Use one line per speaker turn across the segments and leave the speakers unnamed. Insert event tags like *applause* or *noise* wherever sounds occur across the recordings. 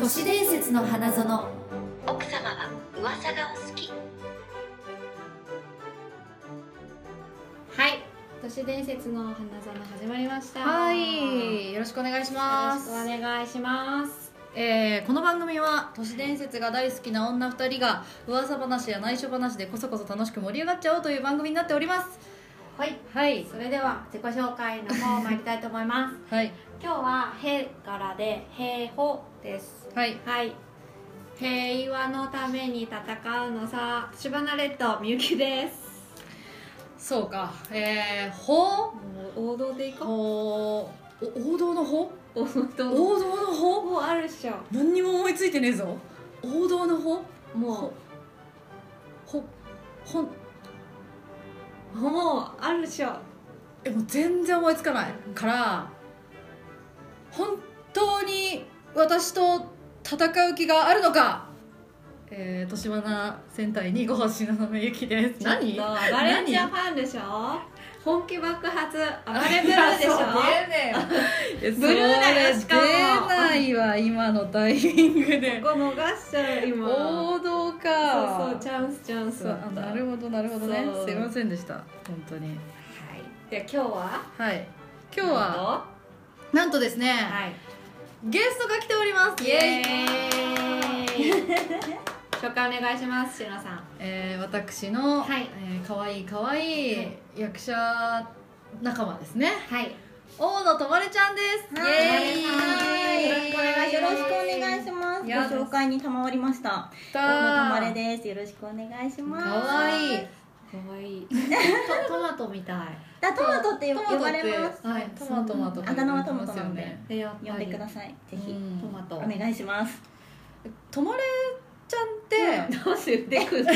都市伝説の花園
奥様は噂がお好き
はい、都市伝説の花園始まりました。
はいよろしくお願いします
よろしくお願いします。
えーこの番組は都市伝説が大好きな女2人が噂話や内緒話でこそこそ楽しく盛り上がっちゃおうという番組になっております
はい、
はい
それでは自己紹介の方参りたいと思います。
はい
*laughs* 今日はへからで平保です。
はい
はい。平和のために戦うのさ、シバナレッドみゆきです。
そうかえー、法
王道でいこう。
お王道の法
王道。
王道の法
もうあるっしょ。
何にも思いついてねえぞ王道の法
も
ほほん
うもうあるっしょ。
えもう全然思いつかないから本当に私と戦う気があるのかえー、年花戦隊にご発信のめゆきです何
ちょっとバレンチャーファンでしょ。本気爆発暴れブルーでしょ。
出
ブルーだよしかも
出ないわ今のタイミングで
ここ逃しちゃう今
王道か
そうそうチャンスチャンス
そうあなる
ほ
ほどなるほどね
そう
すいませんでした本当に
ど、はい、で今日は
はい今日はなんとですね、
はい
ゲストが来ております
イエーイ紹介お願いしますしのさん
えー、私の、
はい
えー、かわいいかわいい、
はい
役者仲間ですね
はい
大野とまれちゃんです
はい
イエ
はい
ーイ
よろしくお
よろしくお願いします。
いや
ご紹介に賜りました。
た
大野たまれです。よろしくお願いします。
かわいい
かわいいトトマトみたい
だトマトって呼ばれます。
はいトマトマト
あだ名はトマトなんで
でやっ
呼
ぱ
んで
り
くだ
ト
さい。ぜひ
マト
お願いします。
とまれちゃんって、
どうして出てくるんで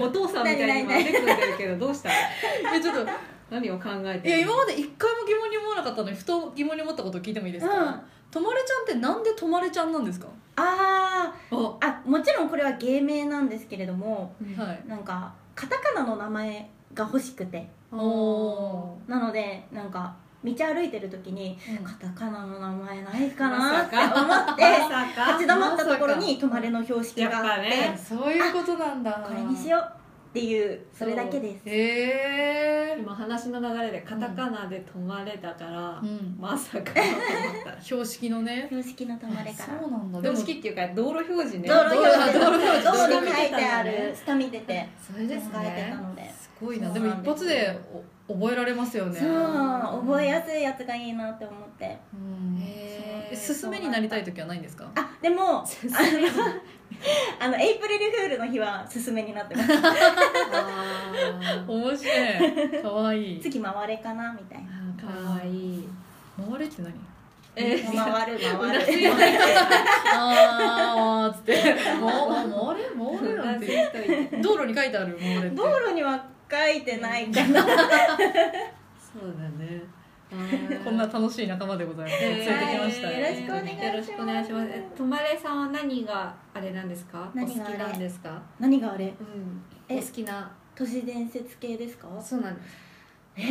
お父さんみたいに今出てくるんだけどどうした
えちょっと
何を考えて
いや今
ま
まで一回も疑問に思わなかったのにふと疑問に思ったことを聞いてもいいですか、
うん
とまれちゃんってなんでとまれちゃんなんですか、
あ
お
あ、あもちろんこれは芸名なんですけれども、
はい
なんかカタカナの名前が欲しくて、
お
なのでなんか道歩いてる時に
うん
カタカナの名前ないかなって
ま *laughs*
思っ
ま
て
さか
立ち止まったところにとまれの標識があって、
やっぱね
そういうことなんだ
これにしようっていうそれだけです。
へえ
今話の流れでカタカナで止まれたから、
うん
まさかと思った
標識のね
標識のたまれから
そうなんだで
標
も
識っていうか道路標示ね
道路標
道
示
路標示
道路に書いてある下見てて
それ
考え
で
て
す
た
ね
のです
ごいな
そ
で
う
も
なん
一
です
発でお覚えられますよね
そう覚え
や
やすいやつがいいなって思って
うん
へー
すすめになりたい時はないんですか
あでもあのあのエイプリルフールの日はすすめになってます
あー
面白いかわいい
*laughs* 次回れかなみたいな
かわいい
回れって
*laughs*
何
えー
回る
う
回
な
る
ずい
あーっつって「も回れ回れ」なんて
といて
道路に書いてある回れって
道路には書いてないかな
そうだねあー
*laughs* こんな楽しい仲間でございます連
え
れ
ー
てきました
よろしくお願いします
よろしくお願いしますえとまれさんは何があれなんですかお好き
何があれ
なんですか
何があれ
うんお
え
好きな
都市伝説系ですか
そうなんです
えー、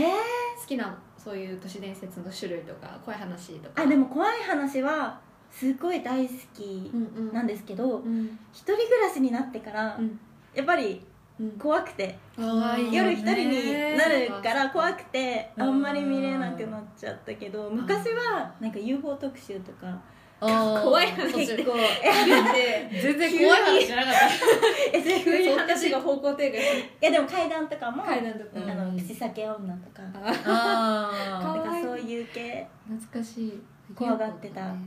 好きなそういう都市伝説の種類とか怖い話とか
あでも怖い話はすごい大好き
うんうん
なんですけど、
うん
一人暮らしになってから、
うん
やっぱり
うん
怖くて
可愛いよ
夜
ね
一人になるから怖くて
うん
あんまり見れなくなっちゃったけど昔はなんか UFO 特集とか
あー
怖い話結
*laughs*
構言って
全然怖い話じゃなかった *laughs*
SF
急に話
い
が方向転換し
やでも階段とかも、
階段とか
あ
うん
の口裂け女とかなんか
あ
可愛い
そういう系
懐かしい
怖がってた感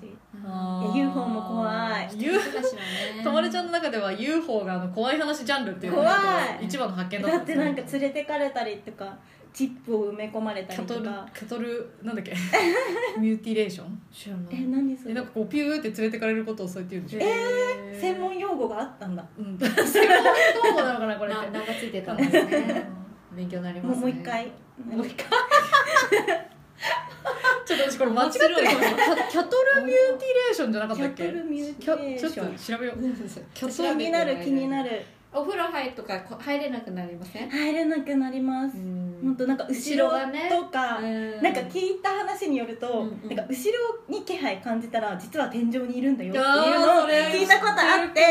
じ
あ
いや UFO も怖い
ー一人暮らしはね
とまれちゃんの中では UFO があの怖い話ジャンルっていうの
怖い
一番の発見だっ
だ
た
ってなんか連れてかれたりとかチップを埋め込まれた
キャ
り
ト
と
ル
か
キャトルなんだっけミューティレーション
知らな
え何そ
え
れ
なんかこうピューって連れてかれることをそうやって言うんでしょ
え
専門用語があったんだ
うん専門用語なのかなこれっ
な
て
名がついてたんですね勉強になりま
もう
すね
もう一回
もう一回
ちょっと私これ間違ってるかもキャトルミューティレーションじゃなか
キ
ったっ
ャト
け
ルミューテ
キ
ィレ
ャ
ー
ちょっ
ショ
と
ン
調べよう
キ
気になる気になる
お風呂入るとかこ入れなくなりません
入れなくなります
う
本当なんか後ろ
後ろがね
とか、
ん
なんか聞いた話によると、
うんうん
なんか後ろに気配感じたら実は天井にいるんだよっていうのを
あー
聞いたことあって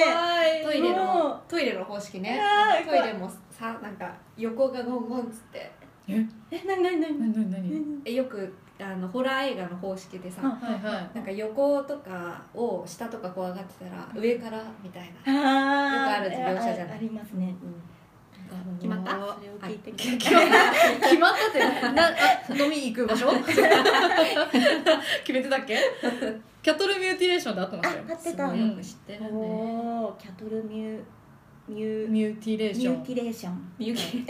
トイレ
も
の
う
トイレの方式ね
あー
トイレもさなんか横がゴンゴンっつって
えなになになに
なになになに
えよくあのホラー映画の方式でさ
あ
はいはい
なんか横とかを下とかこう上がってたら上からみたいな、
あー
よくある描写じゃない
あありますね
決まった
あの
それを聞いてく
ー決まった *laughs* 決まったってなあ飲みに行く場
*laughs*
所 *laughs* 決めてたっけキャットルミューティレーションで合ってましたよ
あ合ってた
すごいよく知ってるね
おーキャトルミューミューミ
ミューティレーショ
ュー
ン
ティレーション
みゆき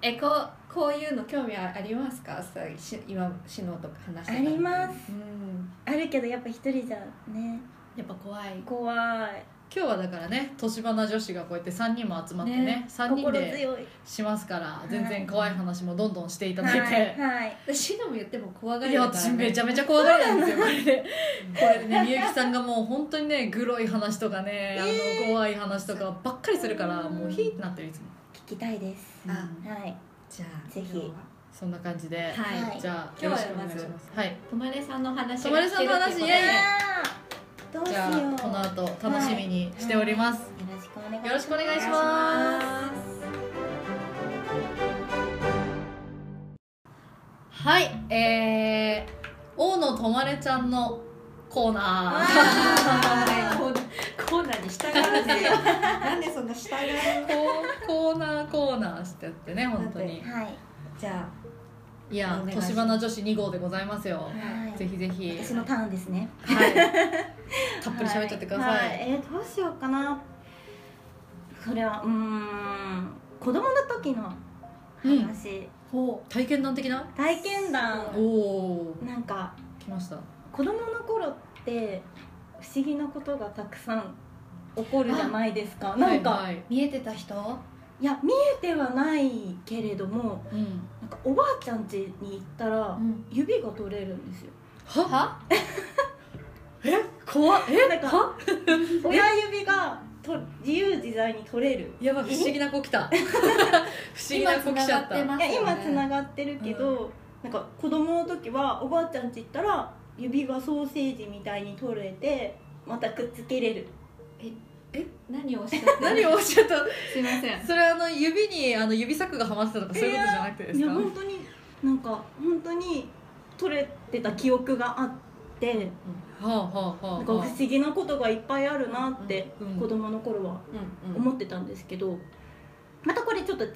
えこうこういうの興味ありますかさし今しのとか話して
あ
たみたい
り
に
ま
う
す
ん、
あるけどやっぱ一人じゃね
やっぱ怖い
怖い
今日はだからね年花女子がこうやって3人も集まってね
ね
三3人
心
で
強い
しますから
い
全然怖い話もどんどんしていただいて、
はいはい
しのも言っても怖が
い
り
や
だから、
私
ね、
めちゃめちゃ怖がりなんですよこれでこれでねみゆきさんがもう本当にねグロい話とかねあの怖い話とかばっかりするからもうヒーってなってるいつも、
聞きたいです
あ
はい
じゃあ
ぜひ
今日は
そんな感じで、
はい、
はい
じゃあ
今
よろ
日は
しくお願いしますはい
とまれさんの話
とまれさんの話
聞けるっていうこと
イエイ
あーどうし
じ
よ
ゃ
う
あこの後楽しみにしております、
よろしくお願いします
よろしくお願いします
でお願いします
はいえー、大野とまれちゃんのコーナー
コーナーコーナーに従うんですよなんでそんな従う
こうコーナーコーナーしてってね本当に
はい
じゃ
いや
お願いします
年花女子2号でございますよ
はい
ぜひぜひ
私のターンですね
はいたっぷり喋っちゃってください、
はえーどうしようかなそれはうーん子供の時の話、
ほう体験談的な
体験談
おお
なんか
来ました
子供の頃って不思議なことがたくさん起こるじゃないですかなんか、
はい
い
はい
あ見えてた人
や見えてはないけれども
うん、
なんかおばあちゃん家に行ったら
ん
指が取れるんですよ
は
は
*laughs* え怖っえ
なんか *laughs* 親指がと自由自在に取れる
やばい不思議な子来 *laughs* た不思議な子来ちゃった
今繋がってま
い
す
や
よね
今つながってるけど、なんか子供の時はおばあちゃん家行ったら指がソーセージみたいに取れてまたくっつけれる
何をおっしゃってる
何をおっしゃった
すいません
それあの指にあの指サックがはまってたとかそういうことじゃなくてで
い
す
や
か、
本当になんか本当に取れてた記憶があって
はあはあはあ
なんか不思議なことがいっぱいあるなって
うん
子供の頃は
うん
思ってたんですけどまたこれちょっと違う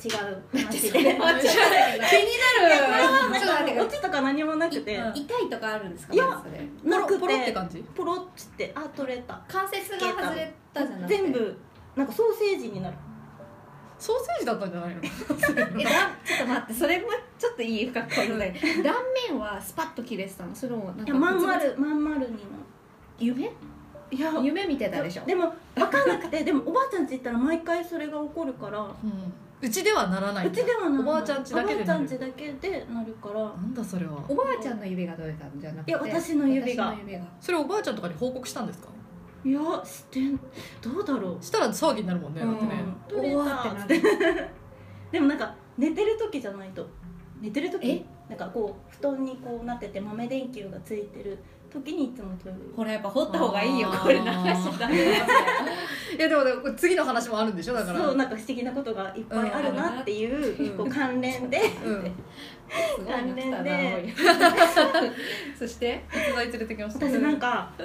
話
そ
*laughs*
れ
で
は違
*laughs*
う
気になる
なんかオチとか何もなくて
うん
痛いとかあるんですか
いや
まずそれ
ポ
な
ロ
く
ポロって
て
感じ
ポロっつってあ取れた
関節が外れたじゃなくて
全部なんかソーセージになる
ソーセージだったんじゃないの
えだちょっと待ってそれもちょっといい深く考えて断面はスパッと切れてたのそれもなん
い
か
やまん
ブツ
丸まん丸になる
ブツ夢
いや
夢見てたでしょ
でも分かんなくてでもおばあちゃんち行ったら毎回それが起こるから
うんうちではならないう
ちではな
おばあちゃんちだけで
おばあ
な
ちゃん
る
ちだけでなるから
なんだそれは
おばあちゃんの指が取れたんじゃなくて
いや私の指が
私の指が
それおばあちゃんとかに報告したんですか
いやしてんどうだろう
したら騒ぎになるもんねだってね
取れた
おわーってなる
でもなんか寝てる時じゃないと寝てる時
え
なんかこう布団にこうなってて豆電球がついてる時にいつもトイレ
ほらやっぱ掘
った方がいいよこれ流し
だね
いやでもねこれ次の話もあるんでしょだから
そうなんか不思議なことがいっぱいあるなっていう、
うん
こう関連で
うん
すごいの来た
関連
な
で
そして
逸材連れてきました
私なんか
う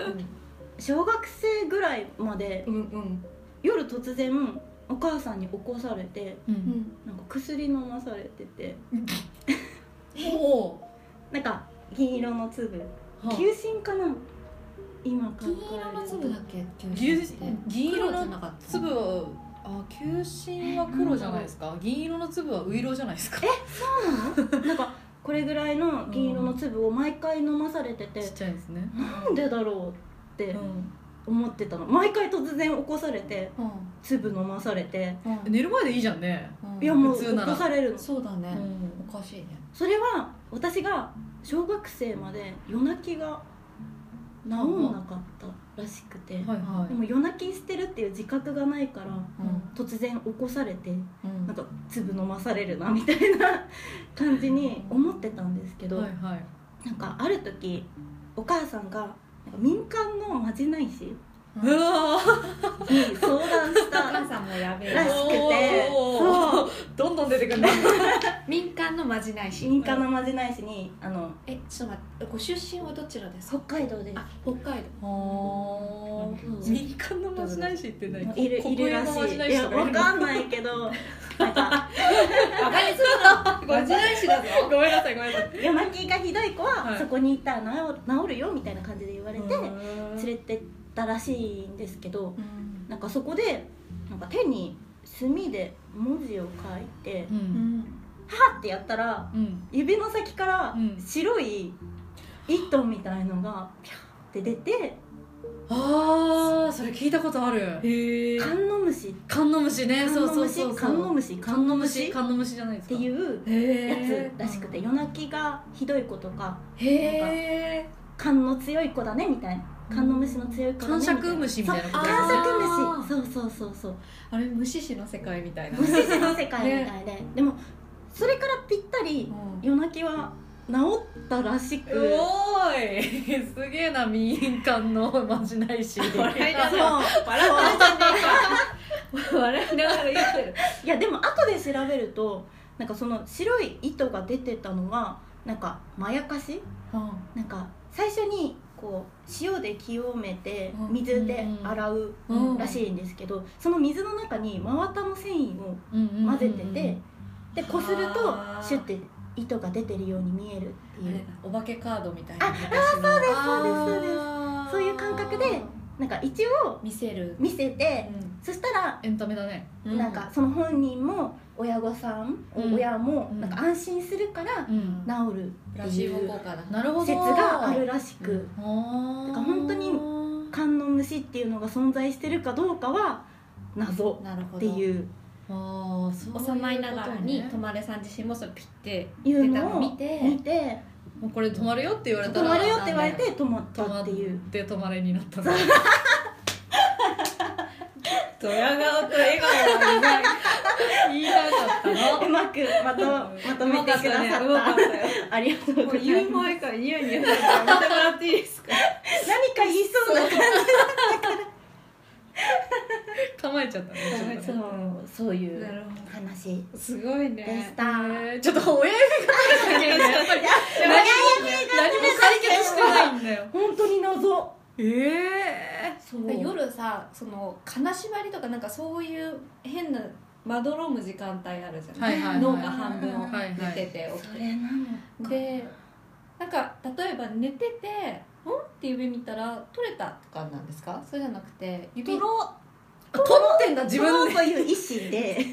小学生ぐらいまで
んうん
夜突然お母さんに起こされて
う
うんん
なんか薬飲まされてて
おー
なんか銀色の粒
はあ
球芯かな今考える
金
と
色の粒だっけ
牛銀色
黒じ
の
ゃなかった
粒はあ球芯は黒じゃないですか銀色の粒はウイロじゃないですか
なんかこれぐらいの銀色の粒を毎回飲まされてて、
ちっちゃいですね
なんでだろうっ
う
て
ん
思ってたの毎回突然起こされて
うん
粒飲まされて
うん
寝る前でいいじゃんね
うん
いやもう
普
起
通なら
こされるの
そうだ
う
ね
ん
おかしいね
それは私が小学生まで夜泣きが治んなかったらしくて、
はいは
でも夜泣きしてるっていう自覚がないから
うん
突然起こされて
い、うん
なんか粒飲まされるなみたいな感じに思ってたんですけど、
はいはい
なんかある時お母さんがなんか民間のまじない師
うわー
に相談し
お母
*laughs* た
さんもやべえ
らしくて
おー
そう
どんどん出てくるね
民間のまじないし
民間のまじない師にあの
えちょっと待ってご出身はどちらです
北
か
海道で
あ北海道
お
うん
民間のまじない師って何
いるいるらしいいやわかんないけどなんか
バカにするなまじないしだぞ
ごめんなさいごめんなさい
夜泣きがひどい子
は
はいそこに行ったら治る治るよみたいな感じで言われて連
連
れてったらしいんですけどなんかそこでなんか手に墨で文字を書いて
う
うんん
パッてやったら
うん
指の先から
うん
白い糸みたいのがピャーって出て
ああそれ聞いたことある
へえ
カンノムシ
カンノムシね
カン
そう
ノ
そう
ム
そ
シ
う
カンノムシ
カンノムシ
っ
カンノムシじゃないです
て
かう
いうや
へ
つらしくて夜泣きがひどい子とか
えへえ
勘の強い子だねみたいな勘の虫の強い子だ
感
ねみたいな
触虫みたいなこと
そう
あー
感触虫そうそうそうそう
あれ無視視の世界みたいな
虫師の世界みたいで、でもそれからぴったり
うん
夜泣きは治ったらしく
うおーいすげえな民間のまじない師
笑いな
そう
が
そ
ら
う
笑いながら言ってる
いやでも後で調べるとなんかその白い糸が出てたのはなんかまやかしなんか最初にこう塩で清めて
うん
水で洗う
うん
らしいんですけどその水の中に真綿の繊維を混
混
ぜててでこすると
あー
シュッて糸が出てるように見えるっていう
お化けカードみたいなあ
そうですそうですそういう感覚でなんか一応
見せる
見せてそしたら
エンタメだね
う
なんかその本人も親御さん、
うん
親も
うん
なんか安心するから
うん
治る
ラ
って
ジ
い
オ
う
効果だ
なるほど
説があるらし
う
く
あー
だから本当に観音虫っていうのが存在してるかどうかは謎
なるほど
っていう
ああそういうことね
幼いながらにとまれさん自身もそれピッて
いう
出た
の
の
を
を見
見
て
て
もうこれ止まるよって言われた
止
ら
まるよって言われて止まったっていう
で止まれになったんだ
ド
*laughs*
ヤ顔と笑顔がうまい
言いたかったの
うまくまとまとめてくださ
うまか
っ
ったよ
た *laughs* ありがとうござ
もう
い
言う
ます
前からニヤニヤしてたからやめてもらっていいですか
何か言いそうな
構えちゃったねちょっとね
そうそういう
るほ
話
どすごい
で
ね
した
えーちょっと親指が出てるねやっぱり
親指が
何も解決してないんだよ
本当に謎
ええ
そう
夜さその金縛りとかなんかそういう変なまどろむ時間帯あるじゃない,、
はいはいはい
脳が半分を
はいはい
寝てて起き
そ
て、
れなの
でなんか例えば寝てて「ん?」って指見たら取れたとかなんですかそれじゃなくて指
ろ
取ってんだ
う
自
取
分
ろ
で
うという意思で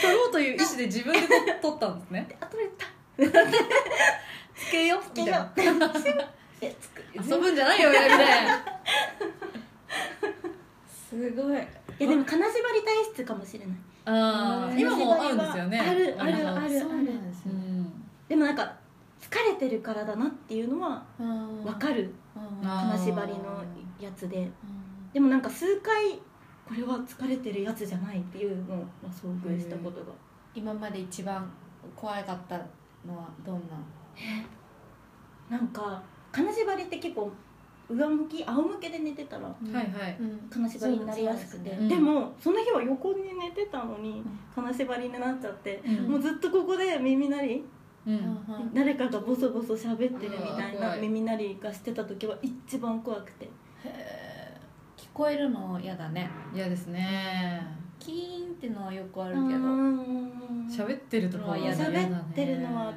取ろうという意思で自分で取ったんですね
あ取れた
つけよ
つけようでつく
遊ぶんじゃないよ親指
*laughs*
です
ごい
いやでも金縛り体質かもしれない
ああ今も合うんですよね
あるある
あ
あ
る
る
そうなんです
う
よ、
ん
でもなんか疲れてるからだなっていうのは
うん
分かる
うん
あ
金
ー
縛りのやつででもなんか数回これは疲れてるやつじゃないっていうのをまあ遭遇したことが
今まで一番怖かったのはどんな
なんか金縛りって結構上向き仰向けで寝てたら
はいはい
うん
金縛りになりやすく
そう
て
です
で,、
ね
もその日は横に寝てたのに金縛りになっちゃって、
うん
もうずっとここで耳鳴り
うん
うんうん
誰かがボソボソ喋ってるみた
う
い
わ
な
怖い
耳鳴りがしてた時は一番怖くて
へー聞こえるの嫌だね
嫌ですね
キーンってのはよくあ
あ
るけど
ど
喋ってるとかは嫌だね
喋ってるのは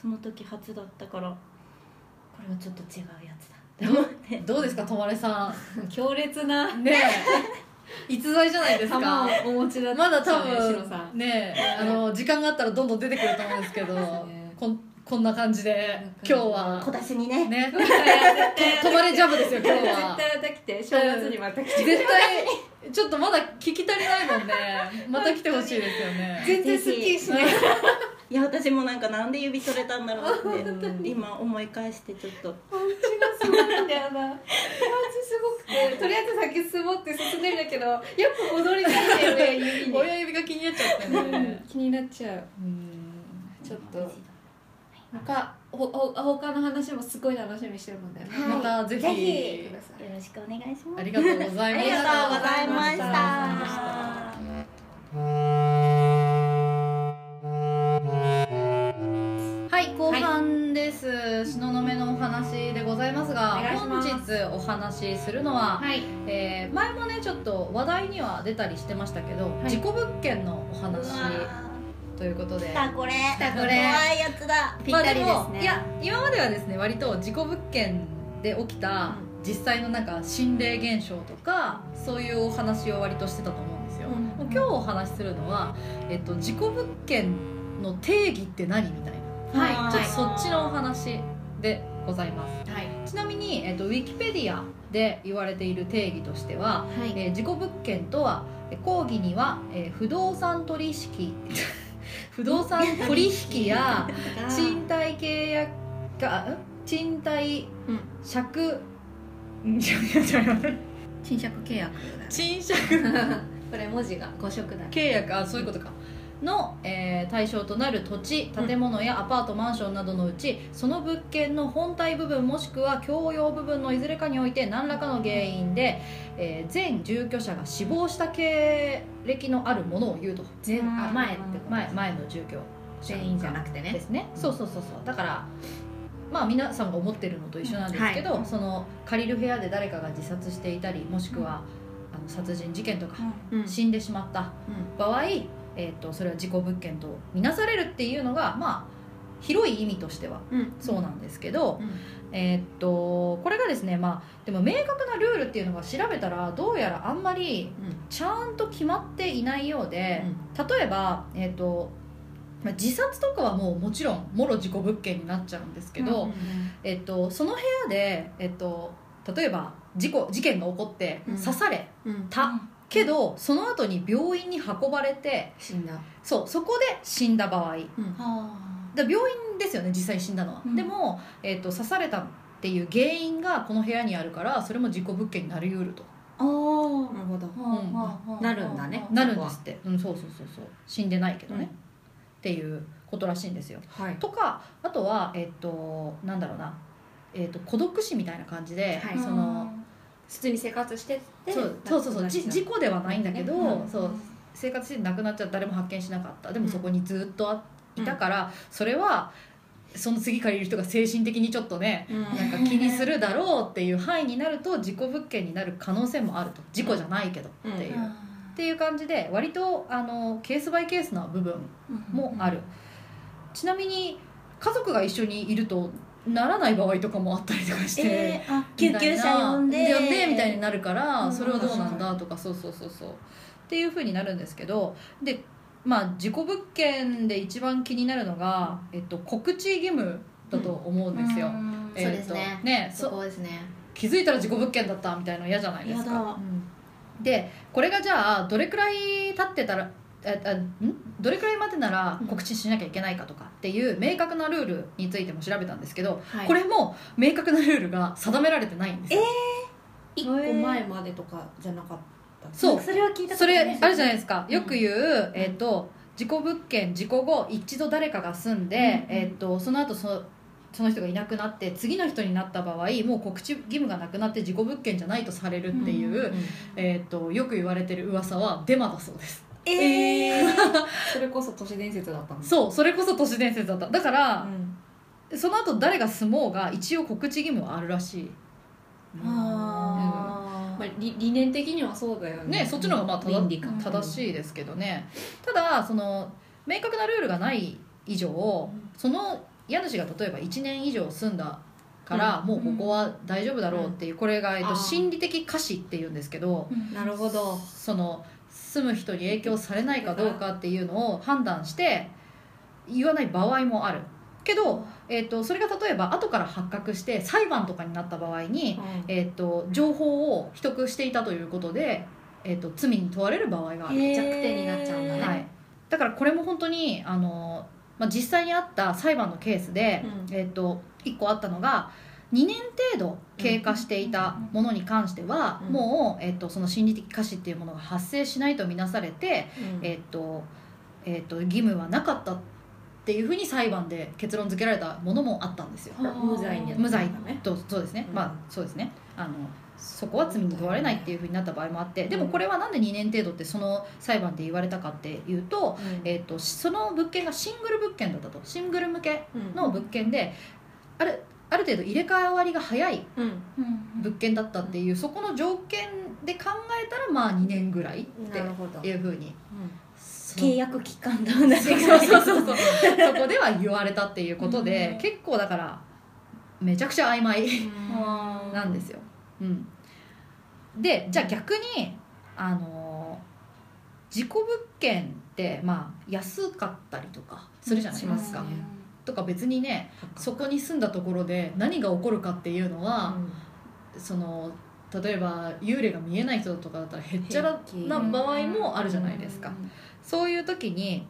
その時初だったからこれはちょっと違うやつだって思って
どうですかとまれさ
強烈なん
ねえ逸材じゃないですか
玉をお持ちだった
まだ多
ねシロ
分
さん
ねえあの時間があったらどんどん出てくると思うんですけど
そうですね
こんこんな感じで今日は
*laughs* 小出しにね
ね
絶対
とまれジャブですよ今日
絶
は
対また来て正月にまた来て
絶対ちょっとまだ聞き足りないもんねまた来てほしいですよね
全然すっきりしない
いや私もなんかなんで指取れたんだろうって
当に
今思い返してちょっと
パンチがすごいんだよなパンチすごくてとりあえず先進もうって進んでるんだけどやっぱ戻れないんだよね指に
親指が気になっちゃったね
気になっちゃうちょっと他ほほ他の話もすごい楽しみにしてるもんだよね
はい
またぜひ
ぜ
見て
ひ
ください
よろしくお願いします
ありがとうございま
あ
し
りが
た
とうございまし
ありがとうございま
た
はい後半です、東雲のお話でございますが
お願いし
本
ます
日お話しするのは、
はい
えー前もねちょっと話題には出たりしてましたけど、
い
事故物件のお話ということで
来たこれ
たこれ
怖いやつだ
ぴったりですね
まあもいや今まではですね割と事故物件で起きた実際のなんか心霊現象とかそういうお話を割としてたと思うんですよ、もう今日お話しするのは、えっと、事故物件の定義って何みたいな
はい
あー
ちょっとそっちのお話でございます
はい
ちなみに、えっと、ウィキペディアで言われている定義としては、
はい
えー、事故物件とはえー講義には、えー不動産取引 *laughs* 不動産取引や賃貸契約かん賃貸
うん
借、ん、 *laughs* 違う違う違う
賃借契約
賃借
これ文字が5色だ
契約あそういうことかの、えー対象となる土地建物やアパートマンションなどのうち、その物件の本体部分もしくは共用部分のいずれかにおいて何らかの原因で、えー全住居者が死亡した経歴のあるものを言うと
前あ前ってこと
前前の住居者
全員じゃなくて
で
ね
すねそうそうそうそうだからまあ皆さんが思ってるのと一緒なんですけど、その借りる部屋で誰かが自殺していたりもしくは、あの殺人事件とか
うん
死んでしまった場合、えー、とそれは事故物件とみなされるっていうのが、まあ、広い意味としては
うん
そうなんですけど、
うん
えー、とこれがですね、まあ、でも明確なルールっていうのが調べたらどうやらあんまり
うん
ちゃんと決まっていないようで、例えば、えーとまあ自殺とかはもうもちろんもろ事故物件になっちゃうんですけど、
うん
えっと、その部屋で、えっと、例えば事故事件が起こって
うん
刺され
うん
た、けどその後に病院に運ばれて
死んだ
そうそこで死んだ場合だ病院ですよね実際に死んだのは、
うん
でも、えー、と刺されたっていう原因がこの部屋にあるからそれも事故物件になりうると
あー
なるほど
うん
なるんだね
なるんですって、うん、そうそうそうそう死んでないけどね、っていうことらしいんですよ
はい
とかあとはえっ、となんだろうな、えー、と孤独死みたいな感じで、
はい
その
普通に生活してて
そうそうそうそうじ事故ではないんだけど、
うん
そう生活してなくなっちゃって誰も発見しなかったでも
うん
そこにずっとあいたから、それはその次借りる人が精神的にちょっとね
うん
なんか気にするだろうっていう範囲になると事故物件になる可能性もあると事故じゃないけどっていう、
うん
っていう感じで割とあのケースバイケースな部分もある、ちなみに家族が一緒にいるとならない場合とかもあったりとかして。
えー、あ救急車呼んで
呼んでみたいになるから、
うん
それはどうなんだとかそうそうそうそうっていうふうになるんですけどでまあ事故物件で一番気になるのが、えっと、告知義務だと思うんですよ、えっと
そうですね
ね
*laughs* そ
そ
こですね
気づいたら事故物件だったみたいなの嫌じゃないです
嫌
か
だ、
うんでこれがじゃあどれくらい経ってたらえあんどれくらいまでなら告知しなきゃいけないかとかっていう明確なルールについても調べたんですけど、
はい
これも明確なルールが定められてないんですよ
一個前までとかじゃなかった
そう
それは聞いたこと
それあるじゃない
い
ですかよく言う、えっ、と事故物件事故後一度誰かが住んで、
うんうん
えっとその後そその人がいなくなって次の人になった場合もう告知義務がなくなって事故物件じゃないとされるっていう、
うん
えっとよく言われてる噂はデマだそうです
ええ
それこそ都市伝説だったの
そうそれこそ都市伝説だっただから、
ん
その後誰が住もうが一応告知義務はあるらしい
あ
まあ、理理念的にはそうだよね
ねそっちの方がまあ正
倫理観
正しいですけどねただその明確なルールがない以上その家主が例えば1年以上住んだから、もうここは大丈夫だろうっていう、これが、えっ
あ
と、
ー
心理的瑕疵っていうんですけど
なるほど
その住む人に影響されないかどうかっていうのを判断して言わない場合もあるけど、えっと、それが例えば後から発覚して裁判とかになった場合に、えー、と情報を秘匿していたということで、えー、と罪に問われる場合がある、
弱点になっちゃうんだね
はい、だからこれも本当にあのまあ、実際にあった裁判のケースで、
うん
えっと1個あったのが2年程度経過していたものに関しては、
うん
もう、えっとその心理的過失っていうものが発生しないとみなされて、
うん
えっとえっと義務はなかったっていうふうに裁判で結論付けられたものもあったんですよ。
はあ
無罪に
無罪
ダメ
とそうですね、
うん
まあそうですねあのそこは罪に問われないっていうふうになった場合もあってでもこれはなんで2年程度ってその裁判で言われたかっていうと,、
うん
えー、とその物件がシングル物件だったとシングル向けの物件であるある程度入れ替わりが早い
うん
物件だったっていうそこの条件で考えたらまあ2年ぐらいっ
うんなる
て
ほど
いうふうにその
契約期間と同じぐ
そ
ら
う
い
そうそうそうそこでは言われたっていうことで、
うん
結構だからめちゃくちゃ曖昧
あー
なんですよ、うん、でじゃあ逆にあのー事故物件ってまあ安かったりとかするじゃない
し
で
ますす
か、
ね
とか別にねそこに住んだところで何が起こるかっていうのは、その例えば幽霊が見えない人とかだったらへっちゃらな場合もあるじゃないですか、そういう時に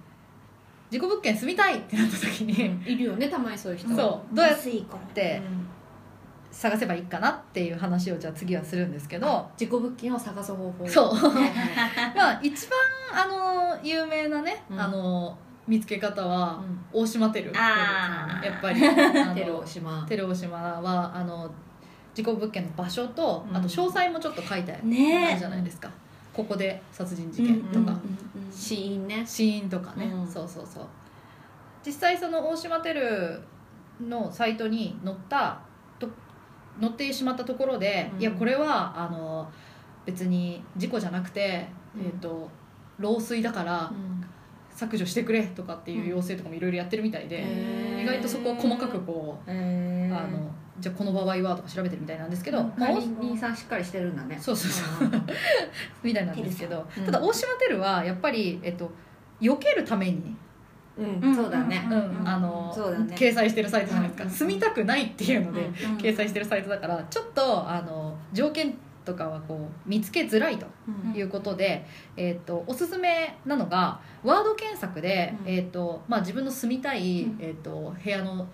事故物件住みたいってなった時に、
いるよねたまにそういう人
そうどうやっ
安いから
て探せばいいかなっていう話をじゃあ次はするんですけど、
自己物件を探す方法
そううまあ一番あの有名なね、
うん
あの見つけ方は大島テル
あー
やっ
*laughs*
ぱりあの
テロ島
テル大島はあの事故物件の場所と、
うん
あと詳細もちょっと書いてある
ねえ
じゃないですか、ここで殺人事件とか、
うんうんうん
死因ね
死因とかね、
うん
そうそうそう実際その大島テルのサイトに載ったと載ってしまったところで、
うん
いやこれはあの別に事故じゃなくて、
うん
えっと漏水だから削除してくれとかっていう要請とかもいろいろやってるみたいで、
へー
意外とそこを細かくこ
あ
う、あのじゃあこの場合はとか調べてるみたいなんですけど、まあ
管理人さんしっかりしてるんだね
そうそうそうみたいなんですけど、
うん
ただ大島テルはやっぱりえっと避けるために、
ん
うん
そうだね
うんあの
そうだね
掲載してるサイトじゃないですか、
うんうんうん
住みたくないっていうので、
うん
掲載してるサイトだからちょっとあの条件とかはこう見つけづらいと
うん
いうことで、えー、とおすすめなのがワード検索で、
うん
えーとまあ、自分の住みたい、
うん
えー、と部屋の、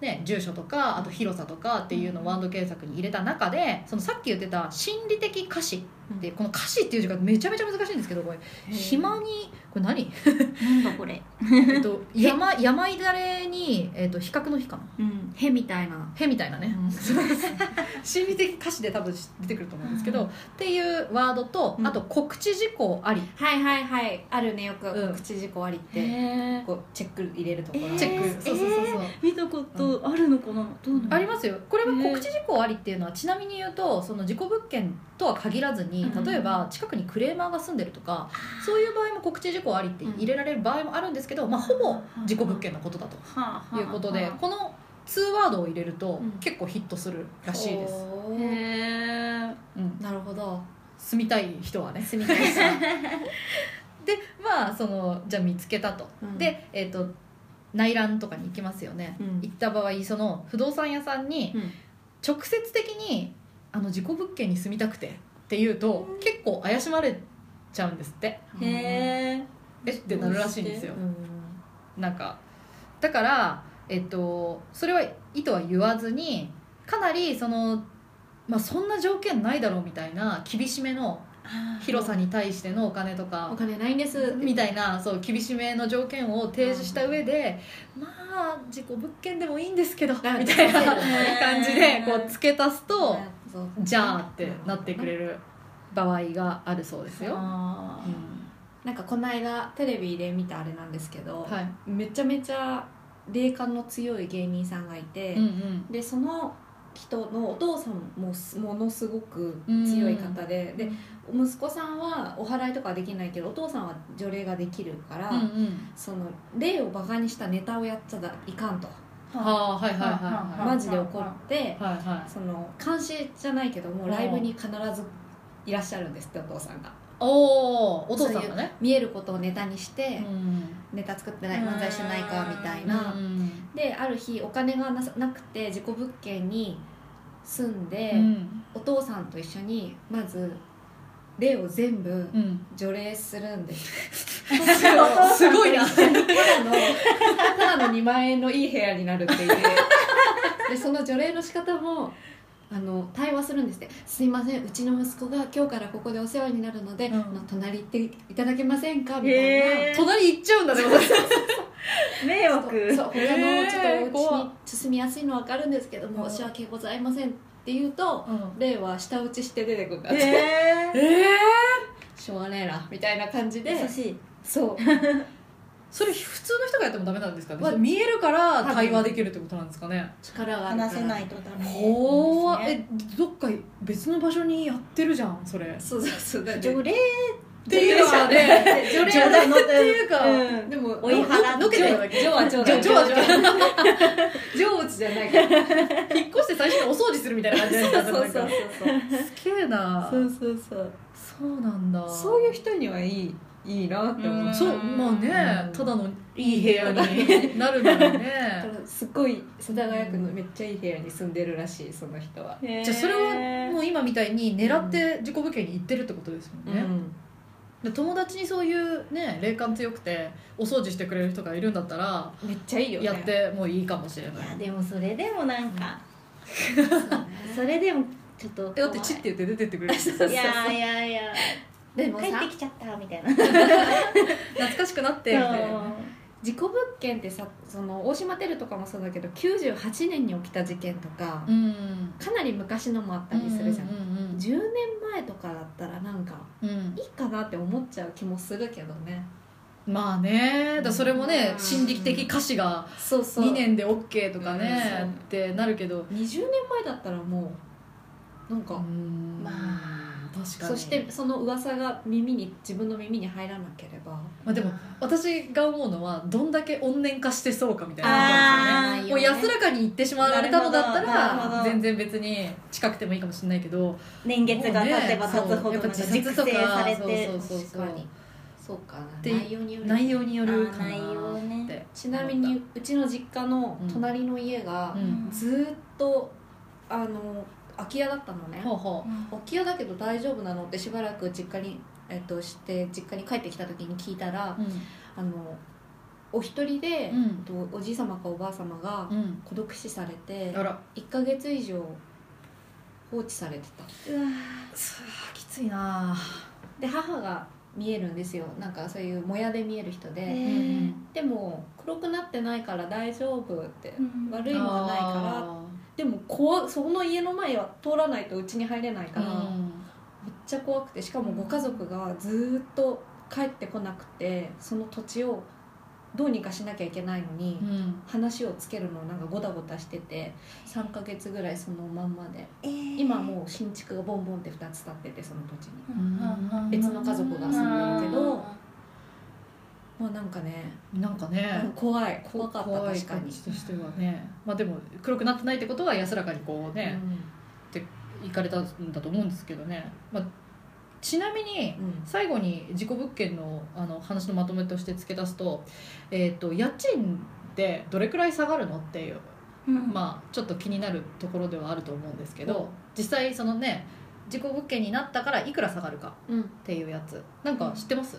ね、住所とかあと広さとかっていうのをワード検索に入れた中でそのさっき言ってた心理的歌詞ってこの歌詞っていう字がめちゃめちゃ難しいんですけどこれ
へー
暇にこれ何 *laughs*
なんだこれ
えっと、山山いだれに、えっと、比較の日かな
うん
へみたいな
へみたいなね、
うん
心理的歌詞で多分出てくると思うんですけど、っていうワードと、
うん
あと告知事項あり
はいはいはいあるねよく
うん
口事故ありっ
へ
て
え
こうチェック入れるところ
チェック、
えー
そうそうそうそう、
見たことあるのかなどうなの
ありますよこれは
へー
告知事項ありっていうのはちなみに言うとその事故物件とは限らずに
うん
例えば近くにクレーマーが住んでるとか、そういう場合も告知事項ありって入れられる場合もあるんですけど、まあ、ほぼ事故物件のことだと
はあはあ
いうことで、
は
この2ワードを入れると
うん
結構ヒットするらしいです、
あ
ほ
へ
ー
え
うん、
なるほど
住みたい人はね
住みたい人は
*laughs* でまあそのじゃあ見つけたと、
うん
で、えっと内覧とかに行きますよね、
うん
行った場合その不動産屋さんに
うん
直接的に「あの事故物件に住みたくて」って言うと、結構怪しまれちゃうんですって
へえ
えってなるらしいんですよ
うん
なんかだからえっとそれは意図は言わずにかなりそのまあそんな条件ないだろうみたいな厳しめの広さに対してのお金とか
お金ないんです
みたいなそう厳しめの条件を提示した上で、まあ自己物件でもいいんですけどみたいな感じでこう付け足すと
そう
じゃあってなってくれる場合があるそうですよ。
あ
なんかこの間テレビで見たあれなんですけど、
はい、
めちゃめちゃ霊感の強い芸人さんがいて、
うんうん
でその人のお父さんもすものすごく強い方で,、で息子さんはお祓いとかはできないけどお父さんは除霊ができるから、
うんうん、
その霊をバカにしたネタをやっちゃいかんと
はあはいはいはいは
マジで怒って
いはいはい
その監視じゃないけどもライブに必ずいらっしゃるんですってお父さんが
おおお父さんがね
見えることをネタにして、
うん
ネタ作ってない漫才してないかみたいな、
うん
である日お金がなさなくて事故物件に住んで、
うん
お父さんと一緒にまず霊を全部
うん
除霊するんです、
*laughs* すごいな
ただのただの2万円のいい部屋になるっていうでその除霊の仕方もあの対話するんですって「すいませんうちの息子が今日からここでお世話になるので、
うん
あの隣行っていただけませんか」みたいな。
へえ
隣行っちゃうんだね私
迷
そう
惑
そう他の
へー
ちょっとお
怖
家
っ
に進みやすいのは分かるんですけど
う
も
ん
申し訳ございませんって言うと霊は舌打ちして出てくるから、
へえ
ええ
しょうがねえなみたいな感じで
優しい
そう
それ普通の人がやってもダメなんですかね
まあ
それ見えるから
多分
対話できるってことなんですかね
力があるから
話せないとダメ
ほー
ですね
えどっか別の場所にやってるじゃんそれっ
そうそうそうだって
除霊って
いうのはね
除霊
除霊
のって
いうか
でも
追い払って
のけてるだけ
ジョーはジョー
ジョ
だ
ジョはジョ *laughs*
上手じゃないから
引っ越して最初にお掃除するみたいな感じなんですかなんかすげえな
そうそうそう
そうなんだ
そういう人にはいいいいなって思う
そうまあね
うん
ただのいい部屋に *laughs* なるなら
だか
ね
らすごい世田谷区のめっちゃいい部屋に住んでるらしいその人は、
じ
*laughs* じゃあそれはもう今みたいに狙って自己物件に行ってるってことですもんね、で友達にそういうね霊感強くてお掃除してくれる人がいるんだったら
めっちゃいいよね
やってもいいかもしれない
いやでもそれでもなんか
そ
それでもちょっと
えだってチって言って出てってくれるんですよ
いやいやいや
*laughs* でもさ
帰ってきちゃったみたいな
*laughs* 懐かしくなってみたいな
事故物件ってさその大島テルとかもそうだけど98年に起きた事件とか、
うん
かなり昔のもあったりするじゃん,、
うんうん
10年前とかだったらなんか
うんうん
いいかなって思っちゃう気もするけどね
まあねだからそれもね
うん
心理的歌詞が
そうそ
2年で OK とかね、
うんそう
ってなるけど、
20年前だったらもうなんか、
うん
まあ
確かに
そしてその噂が耳に自分の耳に入らなければ
まあでも私が思うのはどんだけ怨念化してそうかみたいな
あー
ことですよねもう安らかに言ってしまわれたのだった
なるほどなる
ら
ほど
全然別に近くてもいいかもしれないけど
年月が経てば経つほどなんか
そうやっぱ自殺
熟
と
成
か
されて
そうそうそう
確かにそうかな
で
内容による
内容によるかな
あー内容ね
って
ちなみにうちの実家の隣の家が
うん
ずーっとあの空き家だったのね
ほうほ
空き家だけど大丈夫なのってしばらく実家に、えっと、して実家に帰ってきた時に聞いたら
う
あのお一人で
う、ん
えっとおじい様かおばあ様が
うん
孤独死されて
あら
1ヶ月以上放置されてた
うわ
さあきついな
で母が見えるんですよなんかそういうもやで見える人で、
ー
う
ね
ん
でも黒くなってないから大丈夫って、
うん
悪いのはないからでも怖そこの家の前は通らないとうちに入れないから、めっちゃ怖くてしかもご家族がずーっと帰ってこなくてその土地をどうにかしなきゃいけないのに、
うん
話をつけるのをなんかごたごたしてて3ヶ月ぐらいそのまんまで
えー
今もう新築がボンボンって2つ建っててその土地に
うんうんうん
別の家族が住んでるけど
あ
もうなんかね
うんなんかね
怖い怖かった
怖い
確か
感
に
じとしてはねまあでも黒くなってないってことは安らかにこうね、行かれたんだと思うんですけどね、まあ、ちなみに
うんうん
最後に事故物件のあの話のまとめとして付け出すと,、えー、と家賃ってどれくらい下がるのっていう、
ーうん
まあ、ちょっと気になるところではあると思うんですけど、実際そのね事故物件になったからいくら下がるか
うん
っていうやつなんか知ってます、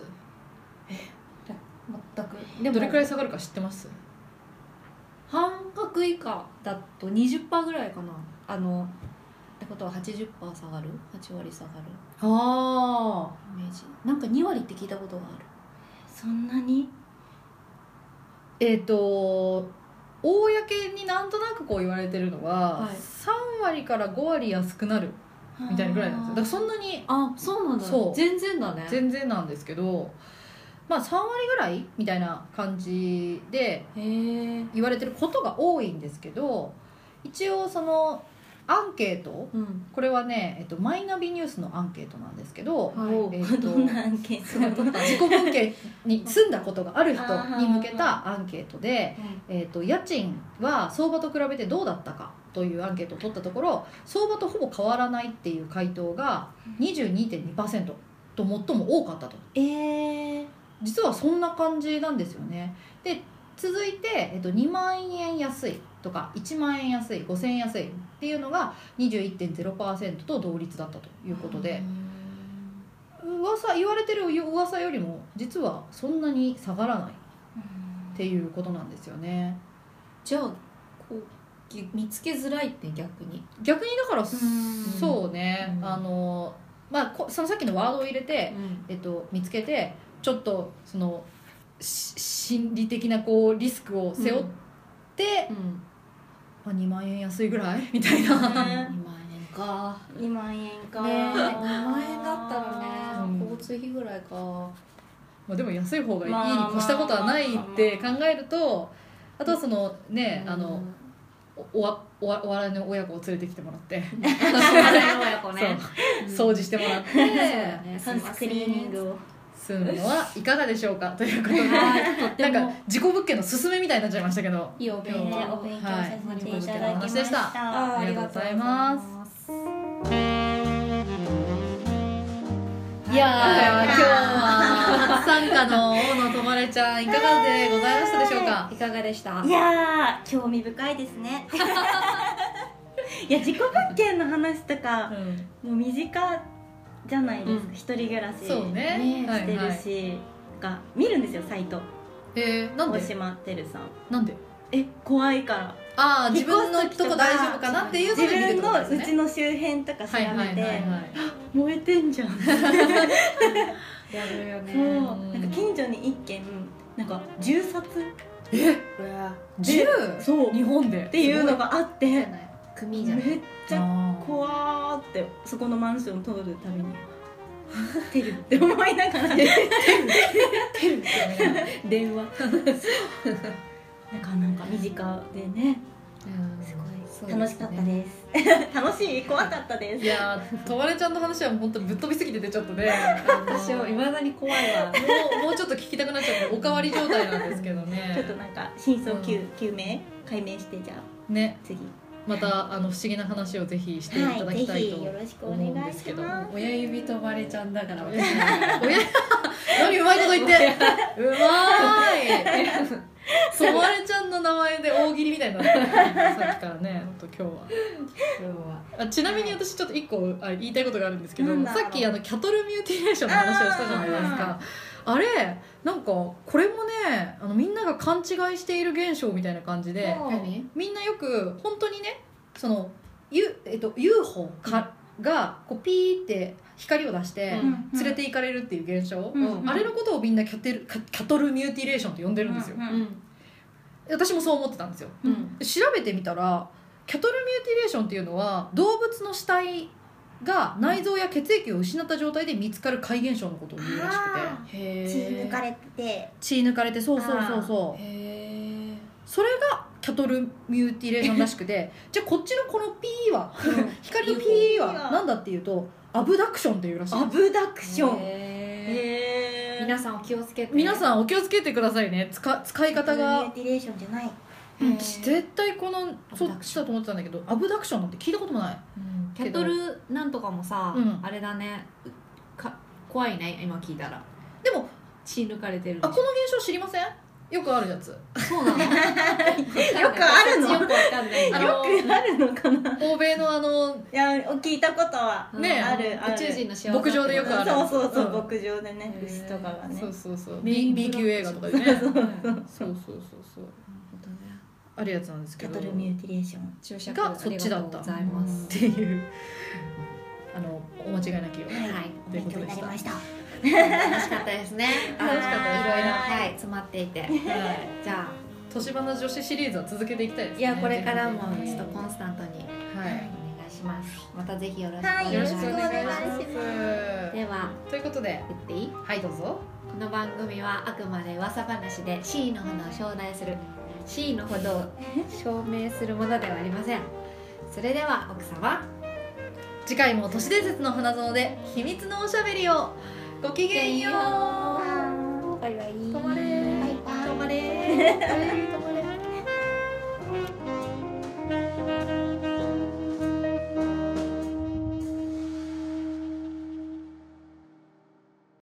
全くでも
どれくらい下がるか知ってます
半額以下だと20%ぐらいかなあのってことは80%下がる8割下がる
あ
イメージなんか2割って聞いたことがある
そんなに
えっ、と公になんとなくこう言われてるのは、
はい
3割から5割安くなるみたいなぐらいなんですよだからそんなに
あそうなん
だ
全然だね
全然なんですけどまあ3割ぐらいみたいな感じで
へえ
言われてることが多いんですけど一応そのアンケート
うん
これはね、えっと、マイナビニュースのアンケートなんですけど、
はい
おー
えーと
どんな案件その
自己文献に住んだことがある人に向け
あ
たアンケートで。えー、と家賃は相場と比べてどうだったかというアンケートを取ったところ相場とほぼ変わらないっていう回答が22.2%と最も多かったと
えー
実はそんな感じなんですよねで続いて、えっと、2万円安いとか1万円安い5000円安いっていうのが21.0%と同率だったということで、噂言われてる噂よりも実はそんなに下がらないっていうことなんですよね
じゃあこうぎ見つけづらいって逆に
逆にだからそうね、
うん
あのまあこそのさっきのワードを入れて、えっと、見つけてちょっとそのし心理的なこうリスクを背負って、
うん
まあ、2万円安いぐらい *laughs* みたいな、
ね
2万円か
2万円か、
ねえ2万円だったらね
うん
交通費ぐらいか
まあ、でも安い方がいい
まあ
に越したことはないって考えるとあとはそのね、
うん
あのおおわおわお笑いの親子を連れてきてもらって、
親子
そう
ね
掃除してもらって、
*laughs*
そうですクリーニングを
するのはいかがでしょうかと *laughs* いうことで
はいとっ
な
て
ん
も
か事故物件の勧めみたいになっちゃいましたけど
いいお
え
勉強
ーお
を
勉強させていただきまし
は
た
ありがとうございますいやー
い
今日は初参加の大野とまれちゃんいかがでございましたでしょうか
いかがでした
いやー興味深いです
*laughs*
ねいや自己物件の話とかもう身近じゃないですか、
うん
一人暮らし
そうね
ね
は
し
い
てる
はい
し、が見るんですよサイト
えー、なん
大
で
島てるさん
なんで
え怖いから
ああ自
引っ越
分の
す時
と
とか
こ大丈夫かなっていう
自
ので見て
分
くる
の
んです
うち
ね
の周辺とか調
はいはい
べ
はいはい
て燃えてんじゃん
やるよね
そう
うん
なんか近所に一軒なんか10冊
え銃
そうっ
日本でって
いうのがあってめっ
組じゃない
ちゃ
怖
怖ーってそこのマンション通るたびに「てる」って思いながらなん
電話
かなんか身近でねす
そう
ごい
ですね
楽しかったです楽しい怖かったで
い
す
やーとまれちゃんの話は本当ぶっ飛びすぎててちょっとね
私はいまだに怖いわ
もうもう *laughs* ちょっと聞きたくなっちゃうおかわり状態なんですけどね
ちょっとなんか真相究究明解明してじゃあ
ね
次
またあの不思議な話をぜひしていただきたいと思
ろしく
うんですけど、
親指とバレちゃんだから
親親何うまいこと言ってうまーいそまれちゃんの名前で大喜利みたいになってるさっきからねほんと今日はあちなみに私ちょっと一個あ言いたいことがあるんですけど
なんだろう
さっきあのキャトルミューティレーションの話をしたじゃないですかあれなんかこれもねあのみんなが勘違いしている現象みたいな感じで
何
みんなよく本当にねその、ゆえっと、UFO か、がこうピーって光を出して
うん
連れて行かれるっていう現象、
うん
あれのことをみんなキャテルキャキャトルミューティレーションと呼んでるんですよ、
うん
私もそう思ってたんですよ
うん
調べてみたらキャトルミューティレーションっていうのは動物の死体が内臓や血液を失った状態で見つかる怪現象のことを言うらしくて
あ
へ
ー
え
血抜かれてて
血抜かれてそうそうそうそう
へ
それがキャトルミューティレーションらしくてじゃあこっちのこのピーは光のピーはなんだっていうとアブダクションっていうらしい
アブダクション
え
へ
皆さんお気をつけて
皆
ん
さんお気をつけてくださいね使使い方
ミュー
が
ティレーションじゃない
うん
絶対このそ
アブダ
っ
ク
ち
ショ
だと思ってたんだけどアブダクションなんて聞いたこともない、
キャトルなんとかもさ
うん
あれだねか怖いね今聞いたら
でも
血抜かれてる
あこの現象知りませんよくあるや
*laughs*
つ
そうなの
よくあるの
よくわかんない
あ
あ
の
よくあるのかな
欧米のあの
いや聞いたことは
の
ね
あるある
宇宙人の仕業
牧場でよくある
そうそうそう、
うん
牧場でね
へー
牛とかがね
そうそうそう
メイ
B B
ン
級映画とかでね
*laughs* そうそうそう
そうそうそうそうあるやつなんです
キ
け
ャ
ど
トルミューティレーション
注釈
がそっちだった
ありがとうございます
っていうあのお間違いなきよう
はい
はい
お勉強になりました
楽しかったですね
*laughs* 楽しかったです
いろいろ
はい
はい詰まっていて
はい
じゃ
年花女子シリーズは続けていきたいです
あ
ね
いやこれからもちょっとコンスタントに
は
お願いしますまたぜひよろしくお願い
はい
いよろし
し
く
ま
お
す
願いします
では
ということで
言っていい
はいどうぞ
この番組はあくまで噂話で C のほどを招待する C のほどを証明するものではありませんそれでは奥様
次回も都市伝説の花園で秘密のおしゃべりをごきげんよう
バイバイ
止まれ
バイバイ
止まれ